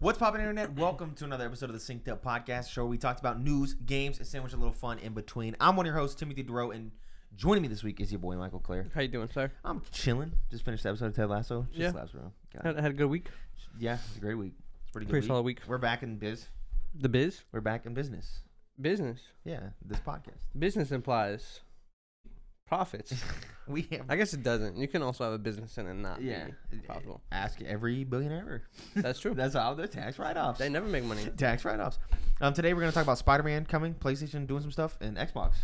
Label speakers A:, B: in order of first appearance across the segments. A: What's poppin' internet? Welcome to another episode of the Synced Up Podcast Show. Where we talked about news, games, and sandwich a little fun in between. I'm one of your hosts, Timothy Duro, and joining me this week is your boy Michael Clare.
B: How you doing, sir?
A: I'm chilling. Just finished the episode of Ted Lasso. Just
B: Yeah.
A: slaps, bro. God.
B: Had, had a good week.
A: Yeah, it's a great week. It's a pretty good.
B: Pretty
A: week.
B: solid week.
A: We're back in biz.
B: The biz,
A: We're back in business.
B: business,
A: Yeah, this podcast.
B: business implies profits.
A: we have
B: I guess it doesn't. You can also have a business and it not
A: yeah.
B: be profitable.
A: Ask every billionaire ever.
B: That's true.
A: That's how they're tax write-offs.
B: They never make money.
A: tax write-offs. Um, today we're gonna talk about Spider-Man coming, PlayStation doing some stuff, and Xbox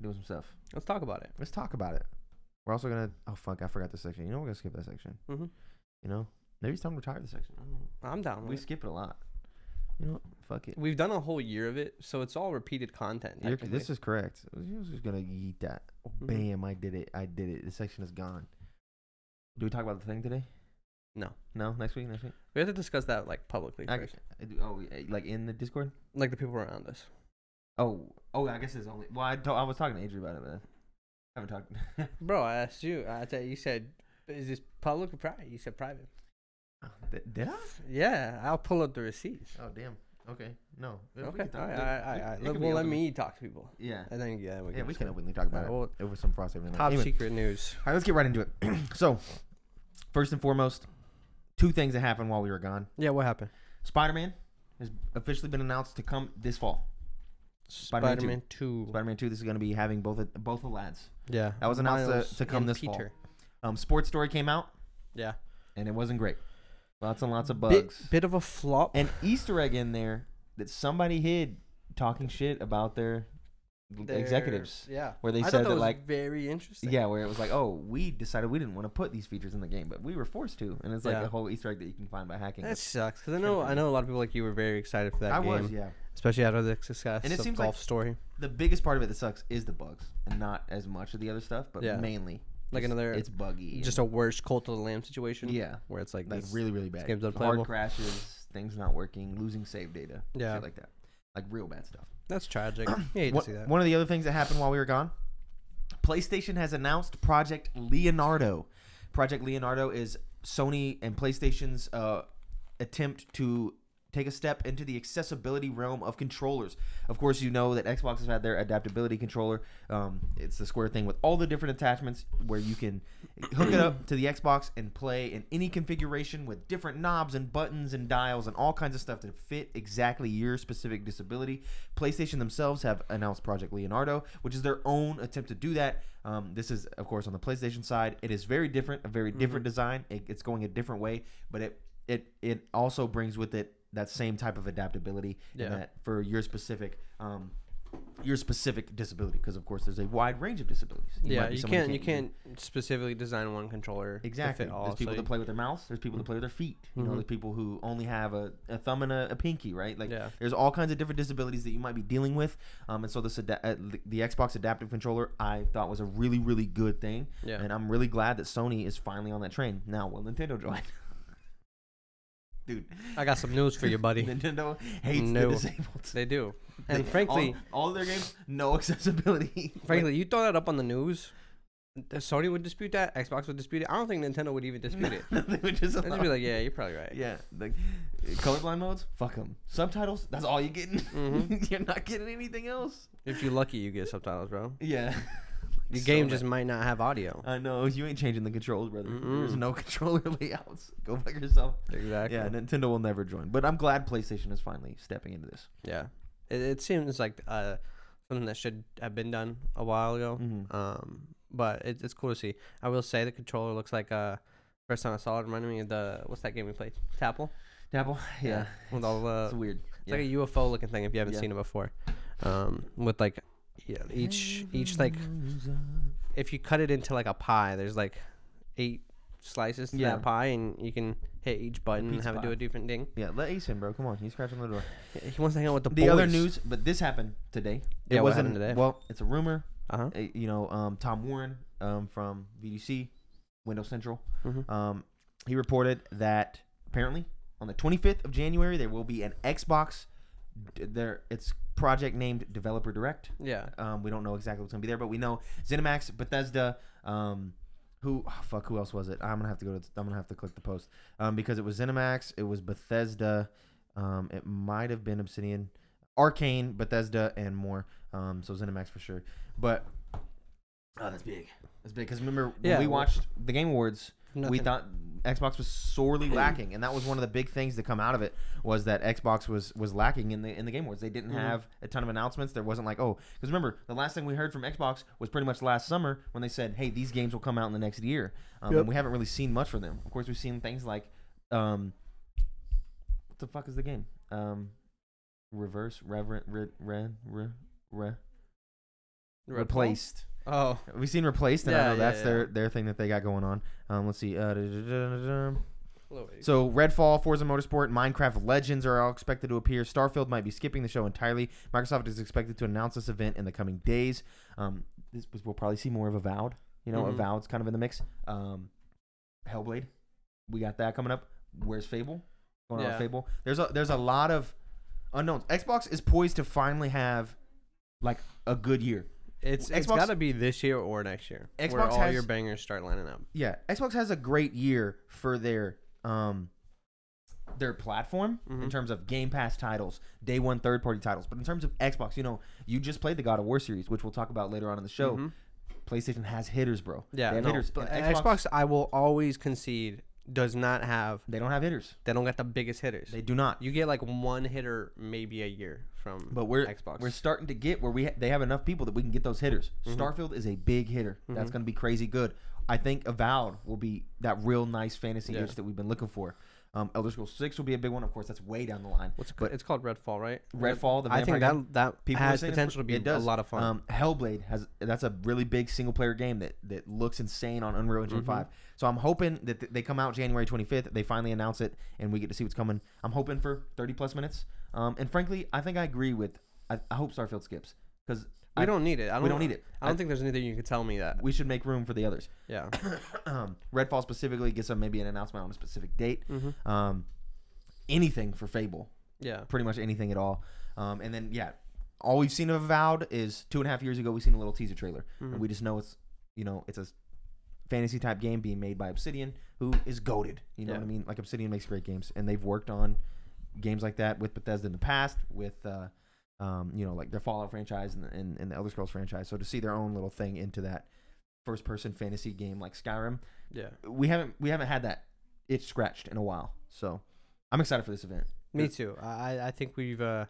A: doing some stuff.
B: Let's talk about it.
A: Let's talk about it. We're also gonna. Oh fuck! I forgot this section. You know we're gonna skip that section.
B: hmm
A: You know, maybe it's time to retire the section. I don't know.
B: Mm-hmm. I'm down.
A: We
B: With
A: skip it a lot. You know, what? fuck it.
B: it. We've done a whole year of it, so it's all repeated content.
A: You're,
B: technically.
A: this is correct. I was just gonna eat that. Oh,
B: Mhm.
A: bam! I did it. I did it. The section is gone. Do we talk about the thing today?
B: No.
A: No. Next week. Next week.
B: we have to discuss that like publicly
A: I,
B: first,
A: I do- oh, we- like in the Discord.
B: like the people around us.
A: Oh, oh. I guess it's only. Well, I, to, I was talking to Adrian about it, but I haven't talked.
B: Bro, I asked you. I said you said, is this public or private? You said private. Oh,
A: Did- did I?
B: Yeah, I'll pull up the receipts.
A: Oh damn. Okay. No. we can
B: Okay,
A: talk-
B: all right,
A: it-
B: all right,
A: it-
B: all right.
A: it
B: Let-
A: can be
B: Well, let
A: open.
B: me talk to people,
A: Yeah.
B: and then yeah, we
A: Yeah, we
B: discuss.
A: can openly talk about
B: Alright,
A: it.
B: well,
A: over some frosty. Top
B: Top
A: anyway,
B: secret news.
A: All right, let's get right into it. so, first and foremost, two things that happened while we were gone.
B: Yeah, what happened?
A: Spider-Man has officially been announced to come this fall. Spider-Man
B: Spider Man 2.
A: Spider-Man Two. This is going to be having both of, both the lads.
B: Yeah.
A: That was announced to-
B: Miles
A: to come
B: and
A: this fall. Um, Sports Story came out
B: Yeah.
A: and it wasn't great. Lots and lots of
B: Bit-
A: bugs.
B: Bit, of a flop.
A: An Easter egg in there that somebody hid, talking shit about their,
B: They're-
A: executives.
B: Yeah.
A: Where they
B: I thought
A: said
B: that
A: that
B: was
A: like
B: very interesting.
A: Yeah, where it was like, oh, we decided we didn't want to put these features in the game, but we were forced to, and it's like
B: Yeah.
A: a whole Easter egg that you can find by hacking.
B: That sucks because I know I know a lot of people like you were very excited for that
A: I
B: game,
A: was, yeah.
B: especially after the success
A: And it
B: of
A: seems like-
B: Golf Story.
A: The biggest part of it that sucks is the bugs, and not as much of the other stuff, but
B: Yeah.
A: mainly
B: Like
A: just-
B: another-
A: it's buggy,
B: Just a worse Cult of the Lamb situation.
A: yeah,
B: Where it's like,
A: like
B: this,
A: really really bad.
B: game's
A: Hard
B: unplayable.
A: crashes, things not working, losing save data,
B: Yeah.
A: shit like that, like real bad stuff.
B: that's tragic. yeah,
A: One,
B: you didn't see that.
A: one of the other things that happened while we were gone, PlayStation has announced Project Leonardo. Project Leonardo is Sony and PlayStation's uh, attempt to take a step into the accessibility realm of controllers. Of course, you know that Xbox has had their adaptability controller. Um, it's the square thing with all the different attachments where you can hook it up to the Xbox and play in any configuration with different knobs and buttons and dials and all kinds of stuff to fit exactly your specific disability. PlayStation themselves have announced Project Leonardo, which is their own attempt to do that. Um, this is, of course, on the PlayStation side. It is very different, a very different
B: Mm-hmm.
A: design. It, it's going a different way, but it it it also brings with it that same type of adaptability
B: Yeah.
A: and that for your specific um your specific disability because of course there's a wide range of disabilities might
B: yeah,
A: be
B: you
A: someone who
B: can't you
A: use-
B: can't specifically design one controller
A: exactly
B: to fit all.
A: there's people
B: so
A: that play with their mouths there's people that play with their feet you know
B: Mhm.
A: there's people who only have a, a thumb and a, a pinky right like
B: Yeah.
A: there's all kinds of different disabilities that you might be dealing with um and so this ada- uh, the- the xbox adaptive controller i thought was a really really good thing
B: Yeah.
A: and i'm really glad that sony is finally on that train now will nintendo join dude
B: I got some news for you, buddy.
A: Nintendo hates
B: No.
A: the disabled.
B: they do, and
A: They-
B: frankly,
A: all, all their games no accessibility.
B: Frankly, you throw that up on the news. the Sony would dispute that. Xbox would dispute it. I don't think Nintendo would even dispute it.
A: they would just
B: They'd just
A: allow-
B: be like, "Yeah, you're probably right."
A: yeah, like colorblind modes, fuck them. Subtitles, that's all you're getting.
B: Mhm.
A: you're not getting anything else.
B: If you're lucky, you get subtitles, bro.
A: Yeah,
B: Your
A: So
B: game
A: bad.
B: just might not have audio.
A: I know you ain't changing the controls, brother. There's
B: Mm-mm.
A: no controller layouts. Go fuck yourself.
B: Exactly.
A: Yeah,
B: Yeah.
A: Nintendo will never join, but I'm glad PlayStation is finally stepping into this.
B: It, it seems like uh, something that should have been done a while ago.
A: Mhm.
B: Um, but it, it's cool to see. I will say the controller looks like uh, first time I saw it reminded me of the what's that game we played? Tapple.
A: Dabble, yeah,
B: With all the
A: it's weird.
B: Uh, It's like a UFO looking thing if you haven't
A: Yeah.
B: seen it before. Um, with like yeah, each each like
A: Mm.
B: if you cut it into like a pie, there's like eight slices to
A: Yeah.
B: that pie, and you can hit each button and
A: pizza
B: have it do
A: pie.
B: a different thing.
A: Yeah, let Ace in, bro. Come on, he's scratching the door.
B: He wants to hang out with the,
A: the other
B: boys.
A: news, but this happened today.
B: Yeah, what happened today?
A: Well, it's a rumor.
B: Uh-huh.
A: Uh, You know, um, Tom Warren um, from VDC, Windows Central,
B: hmm
A: um, he reported that apparently on the 25th of January there will be an Xbox. d- There, it's project named Developer Direct.
B: Yeah.
A: Um, we don't know exactly what's gonna be there, but we know ZeniMax, Bethesda, um, who oh, fuck, who else was it? I'm gonna have to go to. I'm gonna have to click the post um, because it was ZeniMax, it was Bethesda, Um, it might have been Obsidian, Arcane, Bethesda, and more. Um, so ZeniMax for sure. But oh, that's big. That's big because remember when
B: Yeah,
A: we
B: well-
A: watched the Game Awards, we
B: Nothing.
A: thought Xbox was sorely lacking, and that was one of the big things to come out of it was that Xbox was was lacking in the in the Game Awards. They didn't
B: Mm-hmm.
A: have a ton of announcements. There wasn't like oh, because remember the last thing we heard from Xbox was pretty much last summer when they said hey these games will come out in the next year, um,
B: Yep.
A: and we haven't really seen much from them. Of course, we've seen things like um, what the fuck is the game? Um, reverse reverent re, re, re, re,
B: Red Bull?
A: replaced.
B: Oh,
A: We've seen replaced, and I
B: Yeah,
A: know
B: yeah,
A: that's their
B: yeah.
A: their thing that they got going on. Um, let's see. Uh, da-da-da-da-da-da.
B: hello, Abe.
A: So Redfall, Forza Motorsport, Minecraft Legends are all expected to appear. Starfield might be skipping the show entirely. Microsoft is expected to announce this event in the coming days. Um, this we'll probably see more of Avowed. You know,
B: Mhm.
A: Avowed's kind of in the mix. Um, Hellblade, we got that coming up. Where's Fable? Going on with
B: Yeah.
A: Fable. There's a there's a lot of unknowns. Xbox is poised to finally have like a good year.
B: it's it's
A: Xbox-
B: got to be this year or next year. where
A: Xbox
B: all
A: has-
B: your bangers start lining up.
A: Yeah, Xbox has a great year for their um their platform in
B: Mhm.
A: terms of Game Pass titles, day one third party titles. But in terms of Xbox, you know, you just played the God of War series, which we'll talk about later on in the show.
B: Mhm.
A: PlayStation has hitters, bro.
B: Yeah,
A: they have
B: no,
A: hitters.
B: but
A: And
B: Xbox, I will always concede, does not have.
A: they don't have hitters.
B: They don't got the biggest hitters.
A: They do not.
B: you get like one hitter maybe a year from.
A: But we're
B: Mm-hmm. Xbox.
A: we're starting to get where we ha- they have enough people that we can get those hitters.
B: Mm-hmm.
A: Starfield is a big hitter. That's going to be crazy good. I think Avowed will be that real nice fantasy
B: Yeah.
A: itch that we've been looking for. Um, Elder Scrolls Six will be a big one. Of course, that's way down the line.
B: What's it called? It's called Redfall, right?
A: Redfall, the
B: I think
A: vampire
B: that that
A: people
B: has
A: are saying
B: potential to be
A: it does.
B: a lot of fun.
A: Um, Hellblade has that's a really big single player game that that looks insane on Unreal
B: Mm-hmm.
A: Engine five. So I'm hoping that th- they come out January 25th. They finally announce it, and we get to see what's coming. I'm hoping for 30 plus minutes. Um, and frankly, I think I agree with. I, I hope Starfield skips because
B: we don't need it. I don't,
A: don't need it.
B: I don't think there's anything you can tell me that.
A: we should make room for the others.
B: yeah.
A: um, Redfall specifically gets a, maybe an announcement on a specific date.
B: Mm-hmm.
A: Um, anything for Fable
B: Yeah.
A: pretty much anything at all. Um, and then yeah, all we've seen of Avowed is two and a half years ago we seen a little teaser trailer, and we just know it's you know it's a fantasy type game being made by Obsidian, who is goaded. You know
B: Yeah.
A: what I mean? Like Obsidian makes great games, and they've worked on games like that with Bethesda in the past, with uh, um, you know like their Fallout franchise and, and and the Elder Scrolls franchise. So to see their own little thing into that first person fantasy game like Skyrim,
B: Yeah.
A: we haven't we haven't had that itch scratched in a while. So I'm excited for this event.
B: Me
A: It's-
B: too. I I think we've uh,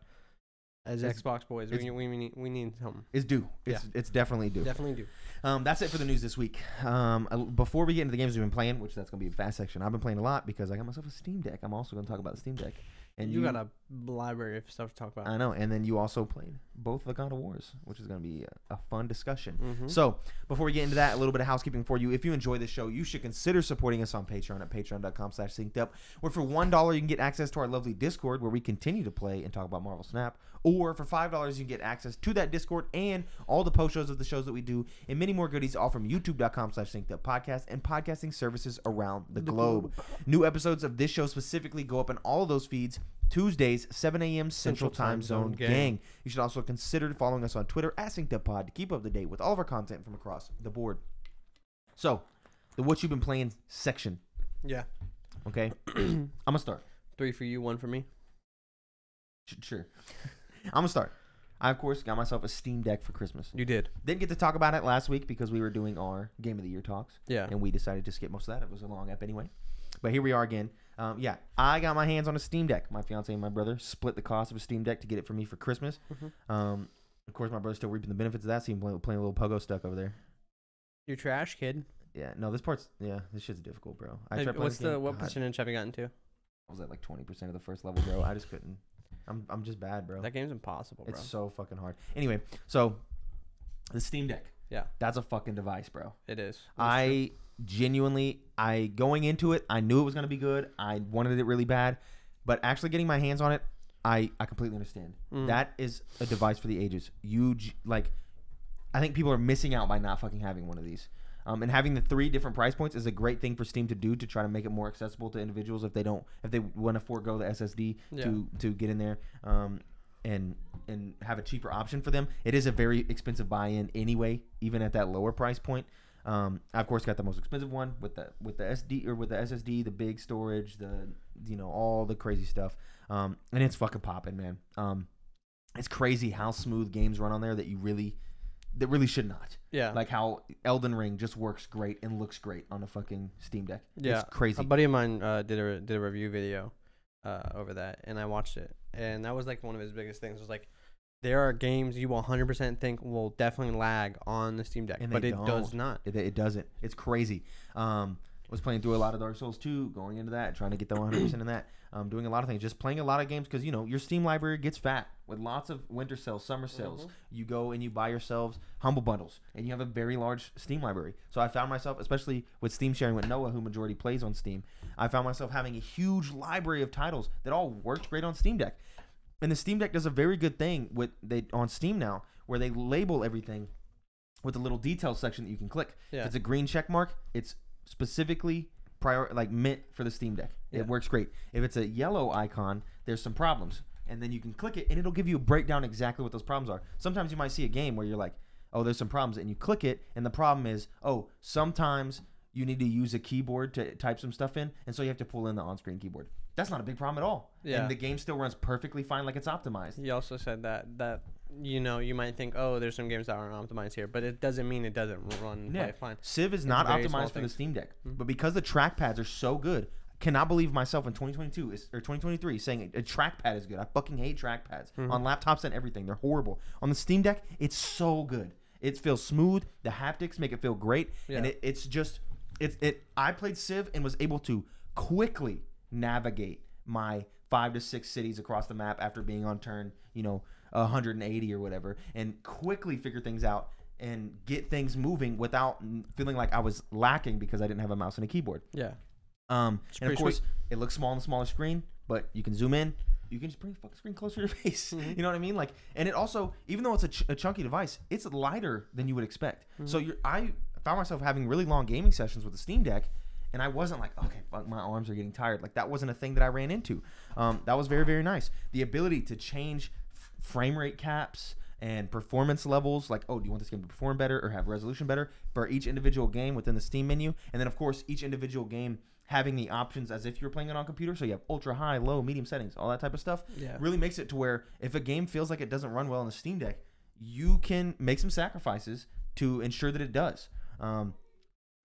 B: as
A: It's-
B: Xbox boys,
A: it's-
B: we, we need we need something.
A: It's due. It's it's definitely due.
B: Definitely do.
A: Um, that's it for the news this week. Um, uh, before we get into the games we've been playing, which that's going to be a fast section, I've been playing a lot because I got myself a Steam Deck. I'm also going to talk about the Steam Deck. And
B: you, got a library of stuff to talk about.
A: I know. And then you also played both the God of Wars, which is going to be a, a fun discussion.
B: Mhm.
A: So, before we get into that, a little bit of housekeeping for you. If you enjoy this show, you should consider supporting us on Patreon at patreon.com slash synced up, where for $1, you can get access to our lovely Discord, where we continue to play and talk about Marvel Snap. Or for $5, you can get access to that Discord and all the post shows of the shows that we do, and many more goodies all from youtube.com slash synced up podcast and podcasting services around the, globe. New episodes of this show specifically go up in all of those feeds Tuesdays, 7 a.m. Central, Time Zone, gang. You should also consider following us on Twitter at SyncedUpPod to keep up to date with all of our content from across the board. So, the what you've been playing section,
B: yeah.
A: okay? I'm gonna start.
B: Three for you, one for me.
A: Sh- Sure. I'm gonna start. I of course got myself a Steam Deck for Christmas.
B: You did.
A: Didn't get to talk about it last week because we were doing our Game of the Year talks.
B: Yeah.
A: and we decided to skip most of that. It was a long app anyway. But here we are again. Um, yeah, I got my hands on a Steam Deck. My fiance and my brother split the cost of a Steam Deck to get it for me for Christmas.
B: Mhm.
A: Um, of course, my brother's still reaping the benefits of that. So he's playing, playing a little pogo stuck over there.
B: You're trash, kid.
A: Yeah, no, this part's yeah, this shit's difficult, bro. I
B: Have-
A: tried playing
B: what's
A: this game.
B: the what
A: God,
B: percentage have you gotten to?
A: I was at like twenty percent of the first level, bro. I just couldn't. I'm I'm just bad, bro.
B: That game's impossible, bro.
A: It's so fucking hard. Anyway, so the Steam Deck.
B: Yeah.
A: that's a fucking device, bro.
B: It is.
A: I genuinely, I going into it, I knew it was gonna be good. I wanted it really bad, but actually getting my hands on it, I I completely understand.
B: Mm.
A: That is a device for the ages. You g- like, I think people are missing out by not fucking having one of these. Um, and having the three different price points is a great thing for Steam to do to try to make it more accessible to individuals if they don't if they want to forego the SSD
B: Yeah.
A: to to get in there. Um, and and have a cheaper option for them. It is a very expensive buy-in anyway, even at that lower price point. Um, I of course got the most expensive one with the with the SD or with the SSD, the big storage, the you know all the crazy stuff. Um, and it's fucking popping, man. Um, it's crazy how smooth games run on there that you really that really should not.
B: Yeah.
A: Like how Elden Ring just works great and looks great on a fucking Steam Deck.
B: Yeah,
A: it's crazy.
B: A buddy of mine uh, did a did a review video uh, over that, and I watched it, and that was like one of his biggest things. Was like, there are games you 100% think will definitely lag on the Steam Deck,
A: And
B: but
A: they
B: it does
A: don't.
B: not.
A: It, it doesn't. It's crazy. Um, was playing through a lot of Dark Souls 2, going into that, trying to get the 100% in that. Um, doing a lot of things, just playing a lot of games because you know your Steam library gets fat with lots of winter sales, summer sales. You go and you buy yourselves humble bundles, and you have a very large Steam library. So I found myself, especially with Steam sharing with Noah, who majority plays on Steam, I found myself having a huge library of titles that all worked great on Steam Deck. And the Steam Deck does a very good thing with they on Steam now, where they label everything with a little detail section that you can click.
B: Yeah.
A: If it's a green check mark, it's specifically prior like meant for the Steam Deck.
B: Yeah.
A: It works great. If it's a yellow icon, there's some problems. And then you can click it and it'll give you a breakdown exactly what those problems are. Sometimes you might see a game where you're like, "Oh, there's some problems." And you click it and the problem is, "Oh, sometimes you need to use a keyboard to type some stuff in, and so you have to pull in the on-screen keyboard." That's not a big problem at all.
B: Yeah.
A: And the game still runs perfectly fine like it's optimized.
B: He also said that that you know you might think, oh, there's some games that aren't optimized here, but it doesn't mean it doesn't run and play fine.
A: Civ is not
B: very small Mm-hmm.
A: optimized for the
B: things.
A: Steam Deck, but because the trackpads are so good, cannot believe myself in 2022 is, or 2023 saying a, a trackpad is good. I fucking hate trackpads
B: Mm-hmm.
A: on laptops and everything. They're horrible. On the Steam Deck, it's so good. It feels smooth. The haptics make it feel great, and
B: Yeah.
A: it, it's just it's it. I played Civ and was able to quickly navigate my five to six cities across the map after being on turn, you know, 180 or whatever, and quickly figure things out and get things moving without n- feeling like I was lacking because I didn't have a mouse and a keyboard.
B: Yeah,
A: Um, and of
B: pretty
A: course, it looks small on the smaller screen, but you can zoom in. You can just bring the fucking screen closer to your face. You know what I mean? Like, and it also, even though it's a, ch- a chunky device, it's lighter than you would expect. So you're, I found myself having really long gaming sessions with the Steam Deck, and I wasn't like, okay, fuck, my arms are getting tired. Like that wasn't a thing that I ran into. Um, that was very, very nice. The ability to change f- frame rate caps and performance levels like oh do you want this game to perform better or have resolution better for each individual game within the steam menu and then of course each individual game having the options as if you're playing it on computer so you have ultra high low medium settings all that type of stuff
B: Yeah.
A: really makes it to where if a game feels like it doesn't run well on the steam deck you can make some sacrifices to ensure that it does um,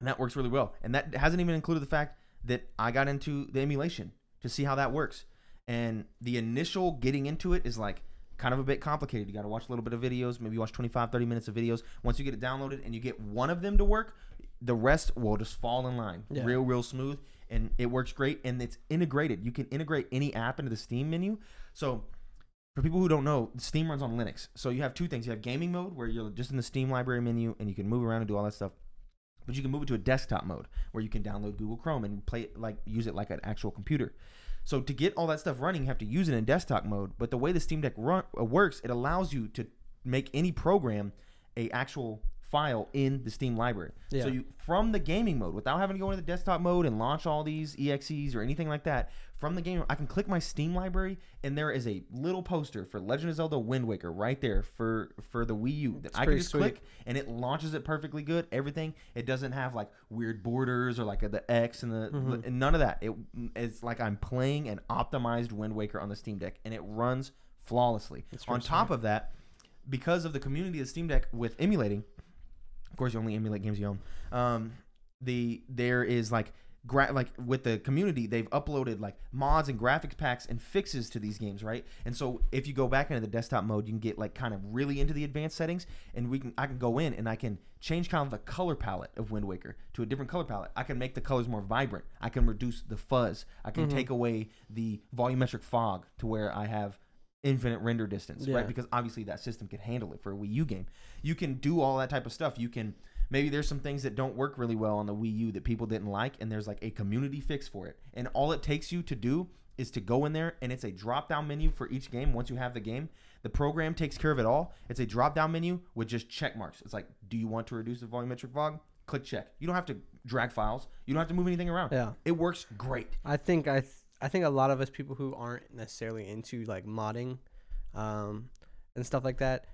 A: and that works really well. And that hasn't even included the fact that I got into the emulation to see how that works. And the initial getting into it is like kind of a bit complicated. You got to watch a little bit of videos, maybe watch 25, 30 minutes of videos. Once you get it downloaded and you get one of them to work, the rest will just fall in line
B: Yeah.
A: real, real smooth. And it works great. And it's integrated. You can integrate any app into the Steam menu. So for people who don't know, Steam runs on Linux. So you have two things. You have gaming mode where you're just in the Steam library menu and you can move around and do all that stuff. But you can move it to a desktop mode where you can download Google Chrome and play it like use it like an actual computer. So to get all that stuff running, you have to use it in desktop mode. But the way the Steam Deck run, uh, works, it allows you to make any program a actual file in the Steam library.
B: Yeah.
A: So you from the gaming mode without having to go into the desktop mode and launch all these exes or anything like that from the game i can click my steam library and there is a little poster for legend of zelda wind waker right there for for the wii u that i can
B: pretty
A: just
B: sweet.
A: click and it launches it perfectly good everything it doesn't have like weird borders or like the x and the and none of that it it's like i'm playing an optimized wind waker on the steam deck and it runs flawlessly on top of that because of the community of steam deck with emulating of course you only emulate games you own um the there is like gra- like with the community they've uploaded like mods and graphics packs and fixes to these games right and so if you go back into the desktop mode you can get like kind of really into the advanced settings and we can i can go in and i can change kind of the color palette of wind waker to a different color palette i can make the colors more vibrant i can reduce the fuzz i can take away the volumetric fog to where i have infinite render distance,
B: Yeah.
A: right? Because obviously that system could handle it for a Wii U game. You can do all that type of stuff. You can maybe there's some things that don't work really well on the Wii U that people didn't like, and there's like a community fix for it. And all it takes you to do is to go in there and it's a drop down menu for each game once you have the game. The program takes care of it all. It's a drop down menu with just check marks. It's like, do you want to reduce the volumetric fog? Click check. You don't have to drag files. You don't have to move anything around.
B: Yeah.
A: It works great.
B: I think I th- I think a lot of us people who aren't necessarily into like modding, um, and stuff like that,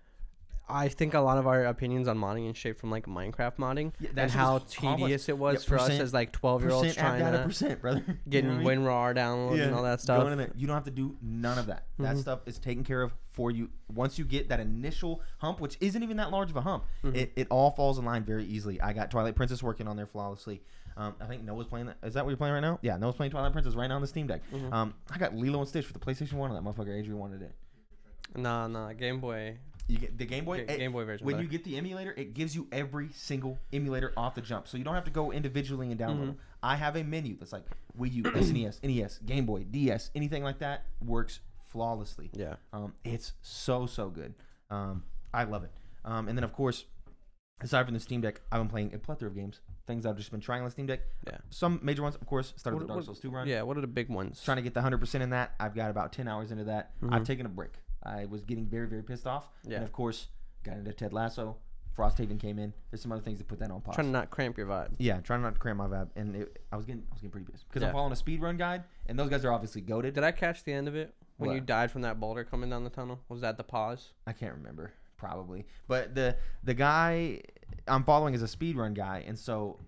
B: I think a lot of our opinions on modding is shaped from like Minecraft modding
A: Yeah, that
B: and
A: shit
B: how
A: was complex.
B: tedious it was
A: Yeah,
B: for us
A: percent-
B: as like twelve year olds
A: Percent app
B: trying
A: data,
B: to
A: percent, brother. You know
B: getting
A: what I mean?
B: WinRAR downloads and all that
A: Go in
B: stuff.
A: there. You don't have to do none of that. That
B: Mhm.
A: stuff is taken care of for you. Once you get that initial hump, which isn't even that large of a hump,
B: Mm-hmm.
A: it, it all falls in line very easily. I got Twilight Princess working on there flawlessly. Um, I think Noah's playing that. Is that what you're playing right now? Yeah, Noah's playing Twilight Princess right now on the Steam Deck.
B: Mm-hmm.
A: Um, I got Lilo and Stitch for the PlayStation 1 and that motherfucker Adrian wanted it.
B: Nah, nah, Game Boy,
A: You get the Game Boy.
B: Ga-
A: it-
B: Game Boy version.
A: when
B: better.
A: you get the emulator, it gives you every single emulator off the jump, so you don't have to go individually and download
B: Mhm.
A: them. I have a menu that's like Wii U, E SNES, NES, Game Boy, DS, anything like that works flawlessly.
B: yeah,
A: Um, it's so so good. Um, I love it. Um, and then of course, aside from the Steam Deck, I've been playing a plethora of games. Things I've just been trying on the Steam Deck.
B: Yeah.
A: Some major ones, of course, started
B: What-
A: the Dark
B: what-
A: Souls 2 run.
B: yeah. What are the big ones?
A: Trying to get the hundred percent in that. I've got about ten hours into that. I've
B: Mhm.
A: taken a break. I was getting very very pissed off.
B: Yeah.
A: And of course, got into Ted Lasso. Frosthaven came in. There's some other things that put that on pause.
B: trying to not cramp your vibe.
A: yeah, trying not to cram my vibe, and it, I was getting I was getting pretty pissed because
B: Yeah.
A: I'm following a speed run guide, and those guys are obviously goaded.
B: Did I catch the end of it when you
A: What?
B: died from that boulder coming down the tunnel? Was that the pause?
A: I can't remember probably, but the the guy I'm following is a speedrun guy, and so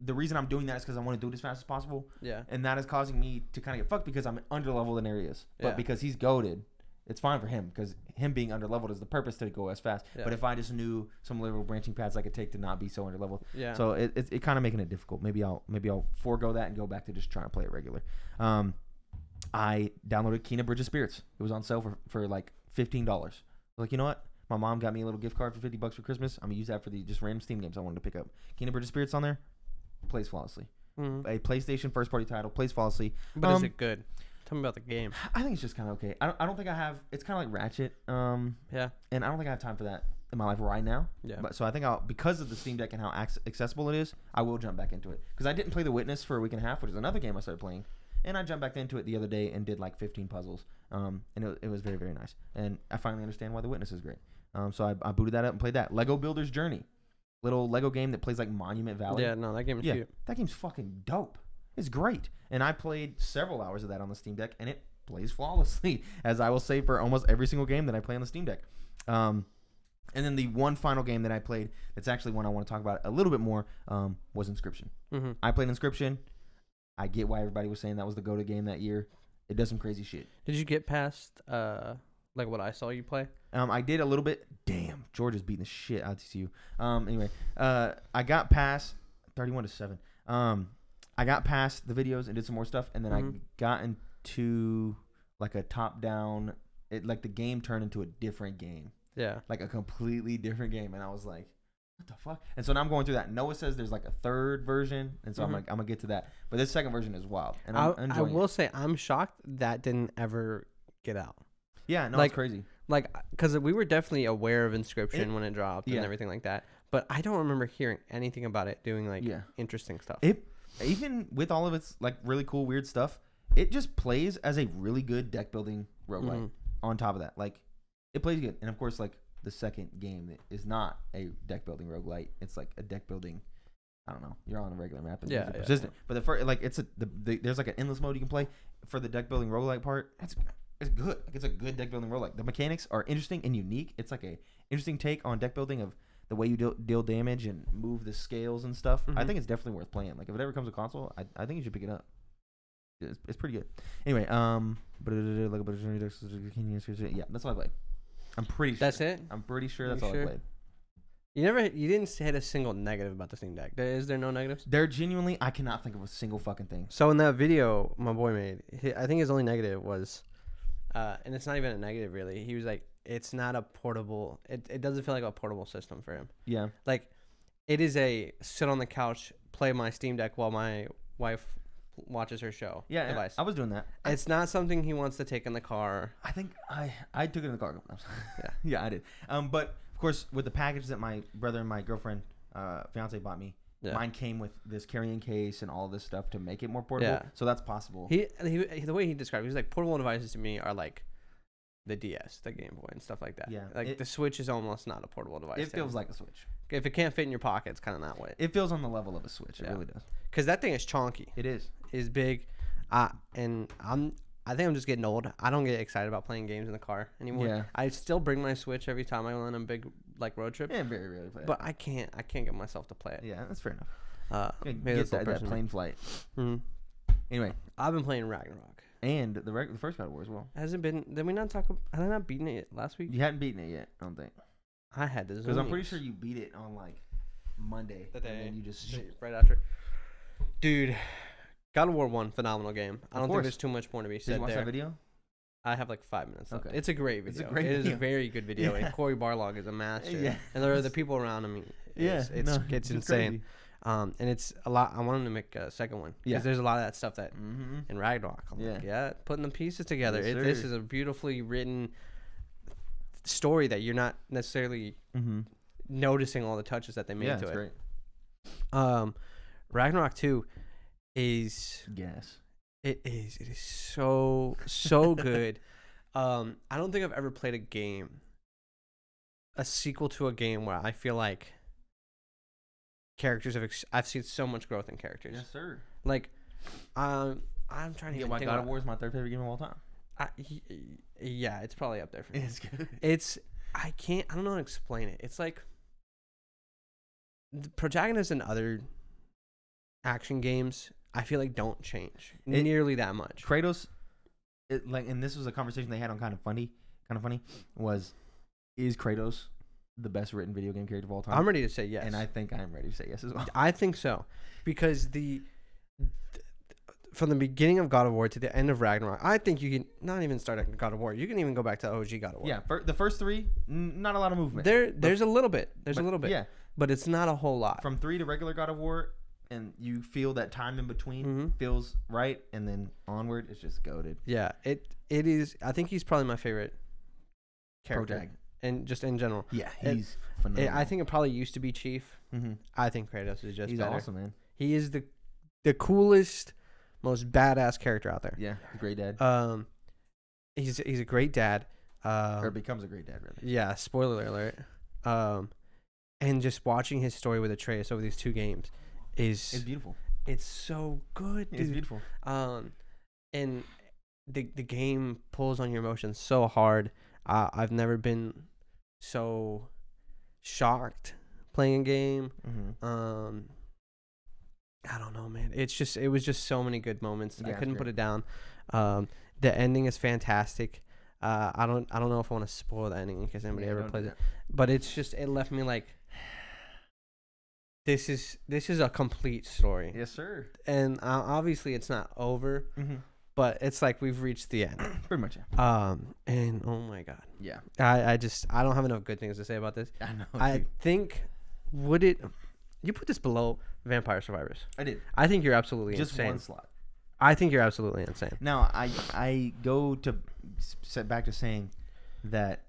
A: the reason I'm doing that is because I want to do it as fast as possible,
B: Yeah.
A: and that is causing me to kind of get fucked because I'm underleveled in areas. But
B: Yeah.
A: because he's goaded, it's fine for him because him being underleveled is the purpose to go as fast.
B: Yeah.
A: But if I just knew some little branching paths I could take to not be so underleveled,
B: Yeah.
A: so it, it, it kind of making it difficult. Maybe I'll maybe I'll forego that and go back to just trying to play it regular. Um, I downloaded Kena Bridge of Spirits. It was on sale for, for like fifteen dollars. Like you know what? My mom got me a little gift card for fifty bucks for Christmas. I'm gonna use that for the just random Steam games I wanted to pick up. Kena Bridge of Spirits on there plays flawlessly.
B: Mhm.
A: A PlayStation first party title plays flawlessly.
B: But is
A: um,
B: it good? Tell me about the game.
A: I think it's just kind of okay. I don't, I don't think I have. It's kind of like Ratchet. Um,
B: Yeah.
A: and I don't think I have time for that in my life right now.
B: Yeah.
A: But so I think I'll because of the Steam Deck and how acc- accessible it is, I will jump back into it. Because I didn't play The Witness for a week and a half, which is another game I started playing, and I jumped back into it the other day and did like 15 puzzles. Um, and it, it was very very nice. And I finally understand why The Witness is great. Um, so I, I booted that up and played that Lego Builder's Journey, little Lego game that plays like Monument Valley.
B: Yeah, no, that game is
A: Yeah,
B: cute.
A: that game's fucking dope. It's great. And I played several hours of that on the Steam Deck, and it plays flawlessly, as I will say for almost every single game that I play on the Steam Deck. Um, and then the one final game that I played, that's actually one I want to talk about a little bit more, um, was Inscription.
B: Mm-hmm.
A: I played Inscription. I get why everybody was saying that was the go-to game that year. It does some crazy shit.
B: Did you get past uh like what I saw you play?
A: Um, I did a little bit. Damn, Georgia's beating the shit out of TCU. Um, anyway, uh, I got past thirty-one to seven. Um, I got past the videos and did some more stuff, and then
B: Mhm.
A: I got into like a top-down. It like the game turned into a different game,
B: Yeah.
A: like a completely different game, and I was like, "What the fuck?" And so now I'm going through that. Noah says there's like a third version, and so
B: Mhm.
A: I'm like, "I'm gonna get to that," but this second version is wild, and
B: I,
A: I'm
B: I
A: enjoying. it.
B: will say I'm shocked that didn't ever get out.
A: Yeah, no,
B: like,
A: it's crazy.
B: Like cuz we were definitely aware of Inscription when it dropped
A: yeah.
B: and everything like that, but I don't remember hearing anything about it doing like
A: Yeah.
B: interesting stuff.
A: It even with all of its like really cool weird stuff, it just plays as a really good deck building roguelike.
B: Mhm.
A: On top of that, like it plays good, and of course, like the second game that is not a deck building roguelite. It's like a deck building. I don't know. You're on a regular map and
B: Yeah,
A: yeah,
B: yeah,
A: persistent. But the first, like, it's a the, the, there's like an endless mode you can play for the deck building roguelike part. It's it's good. Like, it's a good deck building roguelike. The mechanics are interesting and unique. It's like a interesting take on deck building of the way you deal, deal damage and move the scales and stuff. I
B: Mhm.
A: think it's definitely worth playing. Like if it ever comes to console, I, I think you should pick it up. It's, it's pretty good. Anyway, um, but yeah, that's all I played. I'm pretty sure.
B: That's it?
A: I'm pretty sure
B: You
A: that's all
B: sure?
A: I played.
B: You never you didn't hit a single negative about the Steam Deck. There- Is there no negatives?
A: They're genuinely, I cannot think of a single fucking thing.
B: So in that video my boy made, he, I think his only negative was, uh, and it's not even a negative really. He was like, it's not a portable. It, it doesn't feel like a portable system for him.
A: Yeah,
B: Like, it is a sit on the couch, play my Steam Deck while my wife watches her show.
A: yeah. and
B: device.
A: I was doing that. I,
B: it's not something he wants to take in the car.
A: I think I I took it in the car.
B: Yeah.
A: yeah, yeah, I did. Um, but of course, with the package that my brother and my girlfriend, uh, fiance bought me,
B: Yeah.
A: mine came with this carrying case and all this stuff to make it more portable.
B: Yeah.
A: So that's possible.
B: He, he the way he described, it, he was like portable devices to me are like. The DS, the Game Boy, and stuff like that.
A: Yeah,
B: like
A: it-
B: the Switch is almost not a portable device.
A: it
B: to him.
A: feels like a Switch.
B: if it can't fit in your pocket, it's kind of not what.
A: It feels on the level of a Switch.
B: Yeah.
A: It really does.
B: Because that thing is chonky.
A: It is.
B: is big. Uh, and I'm I think I'm just getting old. I don't get excited about playing games in the car anymore.
A: Yeah.
B: I still bring my Switch every time I go on a big like road trip.
A: Yeah, very rarely play.
B: But I can't I can't get myself to play
A: it.
B: it.
A: yeah, that's fair enough.
B: Uh,
A: Yeah,
B: maybe
A: Get
B: that's
A: that,
B: that,
A: that plane flight. Anyway,
B: I've been playing Ragnarok.
A: and the reg- the first God of War as well.
B: Hasn't been. Did we not talk? ab- Had I not beaten it last week?
A: You hadn't beaten it yet, I don't think,
B: I had this.
A: because I'm pretty sure you beat it on like Monday,
B: The
A: and
B: day.
A: then you just
B: right after. Dude, God of War One, phenomenal game. I
A: Of
B: don't
A: course.
B: think there's too much more to be
A: Did you
B: said
A: watch that
B: there.
A: video?
B: I have like five minutes. Left.
A: Okay.
B: It's a great
A: It's
B: video.
A: a great
B: It is a
A: video.
B: very good video,
A: Yeah.
B: and Corey Barlog is a master.
A: Yeah.
B: And there are the people around him. It's, it's,
A: no,
B: it's insane. Um, and it's a lot. I want him to make a second one because
A: Yeah.
B: there's a lot of that stuff that
A: Mm-hmm.
B: in Ragnarok. I'm like, yeah, putting the pieces together.
A: Yes,
B: It- this
A: sir.
B: is a beautifully written story that you're not necessarily
A: Mm-hmm.
B: noticing all the touches that they made
A: Yeah,
B: to
A: it's
B: it.
A: great.
B: Um, Ragnarok Two is
A: Gas.
B: it is it is so so good. Um, I don't think I've ever played a game, a sequel to a game where I feel like characters have ex- I've seen so much growth in characters.
A: Yes, sir.
B: Like, um, I'm trying to
A: Yeah,
B: even
A: why
B: think
A: God
B: about-
A: of War is my third favorite game of all time.
B: I, y- y- yeah, it's probably up there for me.
A: It's good.
B: It's I can't I don't know how to explain it. It's like the protagonists in other action games I feel like don't change
A: It-
B: nearly that much.
A: Kratos, it, like, and this was a conversation they had on kind of funny, kind of funny was, is Kratos the best written video game character of all time?
B: I'm ready to say yes.
A: And I think I am ready to say yes as well.
B: I think so because the th- from the beginning of God of War to the end of Ragnarok, I think you can not even start at God of War. You can even go back to OG God of War.
A: Yeah, fir- the first three, n- not a lot of movement.
B: There there's a little bit. There's a
A: But-
B: little bit.
A: Yeah,
B: But it's not a whole lot.
A: from three to regular God of War, and you feel that time in between
B: Mhm.
A: feels right, and then onward, it's just goaded.
B: Yeah, it it is. I think he's probably my favorite character,
A: Protag.
B: and just in general,
A: Yeah,
B: It-
A: he's
B: Eh,
A: phenomenal.
B: I think it probably used to be Chief.
A: hmm
B: I think Kratos is just
A: he's
B: better.
A: awesome, man.
B: He is the the coolest, most badass character out there.
A: Yeah, he's a great dad,
B: Um, he's he's a great dad.
A: or
B: Um,
A: becomes a great dad, really.
B: yeah, spoiler alert. Um, and just watching his story with Atreus over these two games is
A: It's
B: it's,
A: beautiful.
B: so good,
A: It's
B: dude.
A: beautiful.
B: Um, and the the game pulls on your emotions so hard. Uh, I've never been so shocked playing a game.
A: Mm-hmm.
B: Um, I don't know, man. It's just it was just so many good moments.
A: Yeah,
B: I
A: it's
B: couldn't put
A: great.
B: it down. Um, the ending is fantastic. Uh, I don't I don't know if I want to spoil the ending in case anybody
A: Yeah,
B: ever
A: don't do
B: plays it,
A: that.
B: but it's just it left me like. This is this is a complete story,
A: Yes, sir.
B: and uh, obviously it's not over
A: Mm-hmm.
B: but it's like we've reached the end.
A: Pretty much, yeah.
B: Um, and oh my god,
A: Yeah,
B: I, I just I don't have enough good things to say about this.
A: I know.
B: I
A: dude.
B: think would it you put this below Vampire Survivors?
A: I did
B: I think you're absolutely
A: just
B: insane.
A: one slot.
B: I think you're absolutely insane.
A: Now I I go to s- set back to saying that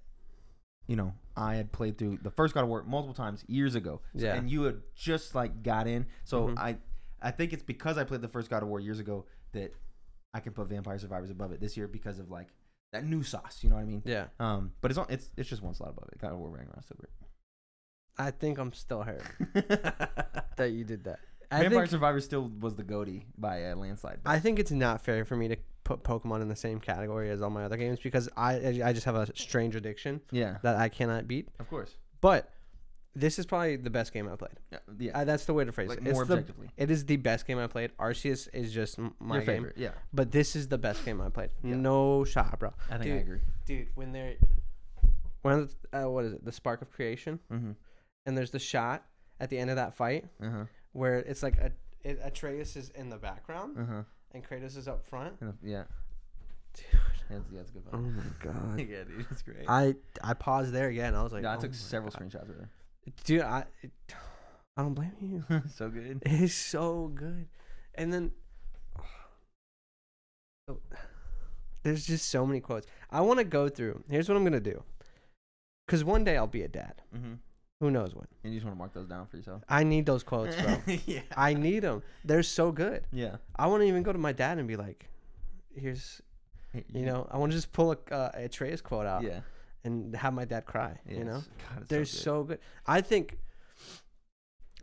A: you know I had played through the first God of War multiple times years ago. So-
B: Yeah.
A: and you had just like got in. So
B: Mhm.
A: I I think it's because I played the first God of War years ago that I can put Vampire Survivors above it this year because of like that new sauce. You know what I mean?
B: Yeah,
A: Um, but it's on, it's it's just one slot above it. God of War Ragnarok's still
B: I think I'm still hurt
A: great.
B: that you did that. I
A: Vampire
B: think
A: Survivors still was the goatee by a landslide. but-
B: I think it's not fair for me to put Pokemon in the same category as all my other games because I I- I just have a strange addiction
A: yeah,
B: that I cannot beat.
A: of course.
B: But this is probably the best game I've played.
A: Yeah, yeah.
B: I, that's the way to phrase
A: like
B: it.
A: more
B: It's the
A: objectively.
B: It is the best game I played. Arceus is just m- my
A: Your
B: game,
A: favorite, yeah.
B: but this is the best game I played.
A: Yeah.
B: No shot, bro.
A: I think I
B: Dude.
A: agree.
B: Dude, when they're when uh, what is it? The spark of creation,
A: Mm-hmm.
B: and there's the shot at the end of that fight
A: Uh-huh.
B: where it's like a, it, Atreus is in the background
A: Uh-huh.
B: and Kratos is up front.
A: And if- Yeah.
B: Dude.
A: That's, yeah, that's a good
B: Oh
A: one.
B: my god.
A: yeah, dude, it's great.
B: I I paused there again. I was like,
A: yeah, I
B: oh
A: took
B: my
A: several
B: God.
A: screenshots of
B: Dude, I it, I don't blame you.
A: it. so good.
B: It is so good. And then oh, there's just so many quotes. I want to go through. Here's what I'm going to do. Cuz one day I'll be a dad.
A: Mm-hmm.
B: Who knows when.
A: And you just want to mark those down for yourself.
B: I need those quotes, bro.
A: yeah.
B: Oh, I need them. They're so good.
A: Yeah.
B: I want to even go to my dad and be like, here's,
A: You,
B: you know, I want to just pull a uh, Atreus quote out
A: Yeah.
B: and have my dad cry,
A: yeah,
B: you know?
A: it's- God, it's
B: They're
A: good.
B: so good. I think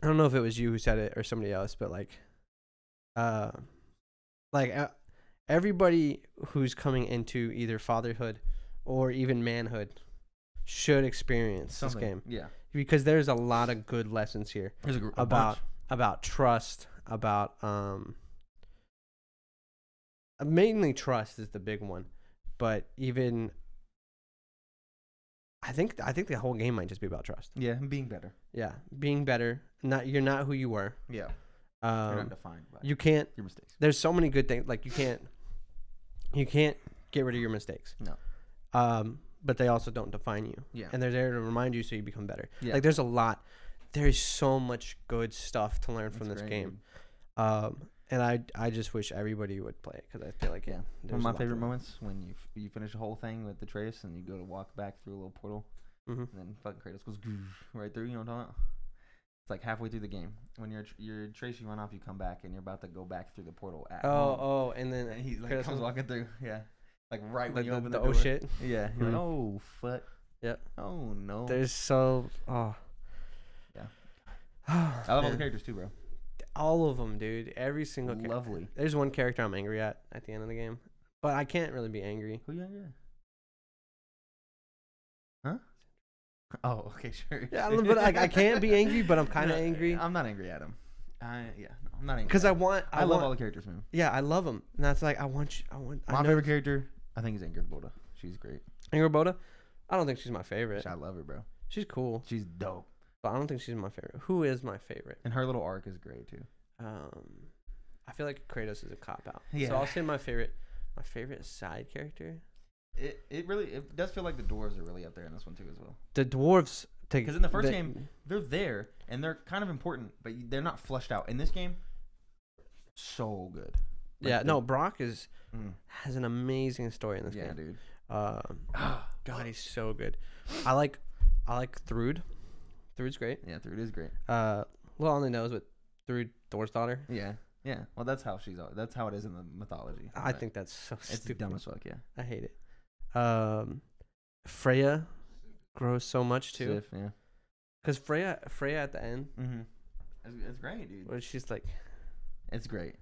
B: I don't know if it was you who said it or somebody else, but like, uh, like uh, everybody who's coming into either fatherhood or even manhood should experience
A: Something.
B: this game
A: Yeah.
B: because there's a lot of good lessons here
A: There's a, gr- a
B: about
A: bunch.
B: about trust about um uh, mainly trust is the big one but even i think i think the whole game might just be about trust
A: Yeah, and being better.
B: yeah being better not you're not who you were
A: Yeah. You're not
B: um
A: defined by
B: you can't
A: your mistakes.
B: there's so many good things like you can't you can't get rid of your mistakes
A: No.
B: um but they also don't define you
A: Yeah.
B: and they're there to remind you so you become better
A: Yeah.
B: like there's a lot there's so much good stuff to learn from
A: That's
B: this
A: great,
B: game um and i i just wish everybody would play it because i feel like
A: dude. Yeah.
B: yeah
A: One of my favorite moments when you f- you finish a whole thing with Atreus and you go to walk back through a little portal
B: hmm
A: and then fucking Kratos goes right through. You know what I'm talking about? It's like halfway through the game when you're you're Atreus, you run off, you come back, and you're about to go back through the portal. At
B: oh
A: home.
B: oh and then
A: Um, and he like
B: Kratos
A: comes
B: was-
A: walking through. Yeah, like right when
B: like
A: you
B: the,
A: open
B: the
A: the,
B: oh
A: door.
B: shit
A: Yeah. You're like,
B: Mhm.
A: oh fuck.
B: Yep.
A: Oh no.
B: there's so oh
A: Yeah.
B: I
A: I love all the characters too, bro.
B: all of them, dude. Every single character.
A: Lovely.
B: There's one character I'm angry at at the end of the game, but I can't really be angry.
A: Who you angry at? Huh? Oh, okay, sure.
B: Yeah, I
A: sure.
B: don't- but, like, I can't be angry, but I'm kinda
A: No,
B: angry.
A: I'm not angry at him. I yeah, no, I'm not angry.
B: Because
A: at
B: I
A: him.
B: want,
A: I, love all
B: want-
A: the characters, man.
B: Yeah, I love them, and that's like I want you. I want.
A: My
B: I know
A: favorite character, I think, is Angry Boda. She's great.
B: Angry Boda. I don't think she's my favorite.
A: I love her, bro.
B: She's cool,
A: She's dope,
B: but I don't think she's my favorite. Who is my favorite?
A: and her little arc is great too.
B: Um, I feel like Kratos is a cop out.
A: Yeah.
B: So I'll say my favorite. My favorite side character.
A: It it really it does feel like the dwarves are really up there in this one too as well.
B: The dwarves.
A: 'Cause in the first game- They're there and they're kind of important, but you- they're not flushed out. In this game, so good. Like,
B: yeah,
A: the-
B: no, Brock is
A: Mm.
B: has an amazing story in this
A: yeah,
B: game.
A: dude.
B: Um, God, he's so good. I like, I like Thrud. Thrud's great.
A: yeah, dude, it is great.
B: Uh, little on the nose with Thrud, Thor's daughter.
A: Yeah, yeah. Well, that's how she's. al- That's how it is in the mythology.
B: I
A: right?
B: think that's so
A: it's
B: stupid.
A: dumb as fuck. Yeah.
B: I hate it. Um, Freya grows so much too,
A: Sif, yeah.
B: because Freya, Freya at the end,
A: Mm-hmm. It's, it's great, dude.
B: where she's like,
A: It's great.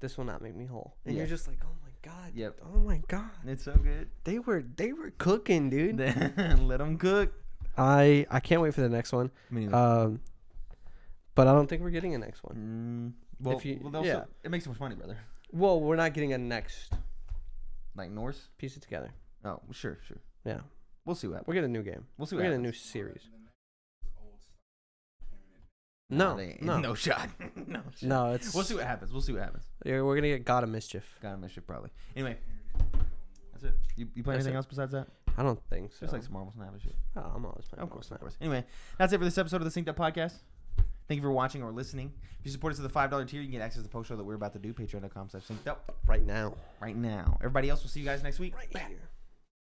B: "This will not make me whole," and you're
A: Yeah.
B: just like, "Oh my god,
A: Yep.
B: oh my god."
A: It's so good.
B: They were they were cooking, dude.
A: Let them cook.
B: I I can't wait for the next one.
A: Me neither.
B: Um, but I don't think we're getting a next one.
A: Mm, well,
B: if you-
A: well, they'll
B: yeah.
A: still- it makes so much money, brother.
B: Well, we're not getting a next.
A: Like Norse.
B: Piece it together.
A: Oh, sure, sure.
B: Yeah,
A: We'll see what happens.
B: we'll get a new game.
A: We'll see
B: We're
A: what
B: getting a
A: happens.
B: new series. No,
A: They ain't-
B: no,
A: no shot. no, shot.
B: no. It's
A: We'll see what happens. We'll see what happens.
B: yeah, we're gonna get God of Mischief.
A: Got a mischief probably. Anyway, that's it. You, you play
B: That's
A: anything
B: it.
A: else besides that?
B: I don't think so.
A: Just like some Marvel Snap and shit.
B: Oh, I'm always playing.
A: Of
B: Marvel
A: course, of
B: Snap.
A: course. Anyway, that's it for this episode of the Synced Up Podcast. Thank you for watching or listening. If you support us at the five dollar tier, you can get access to the post show that we're about to do. Patreon.com/slash synced up
B: Right now.
A: right now. Everybody else, we'll see you guys next week.
B: Right here.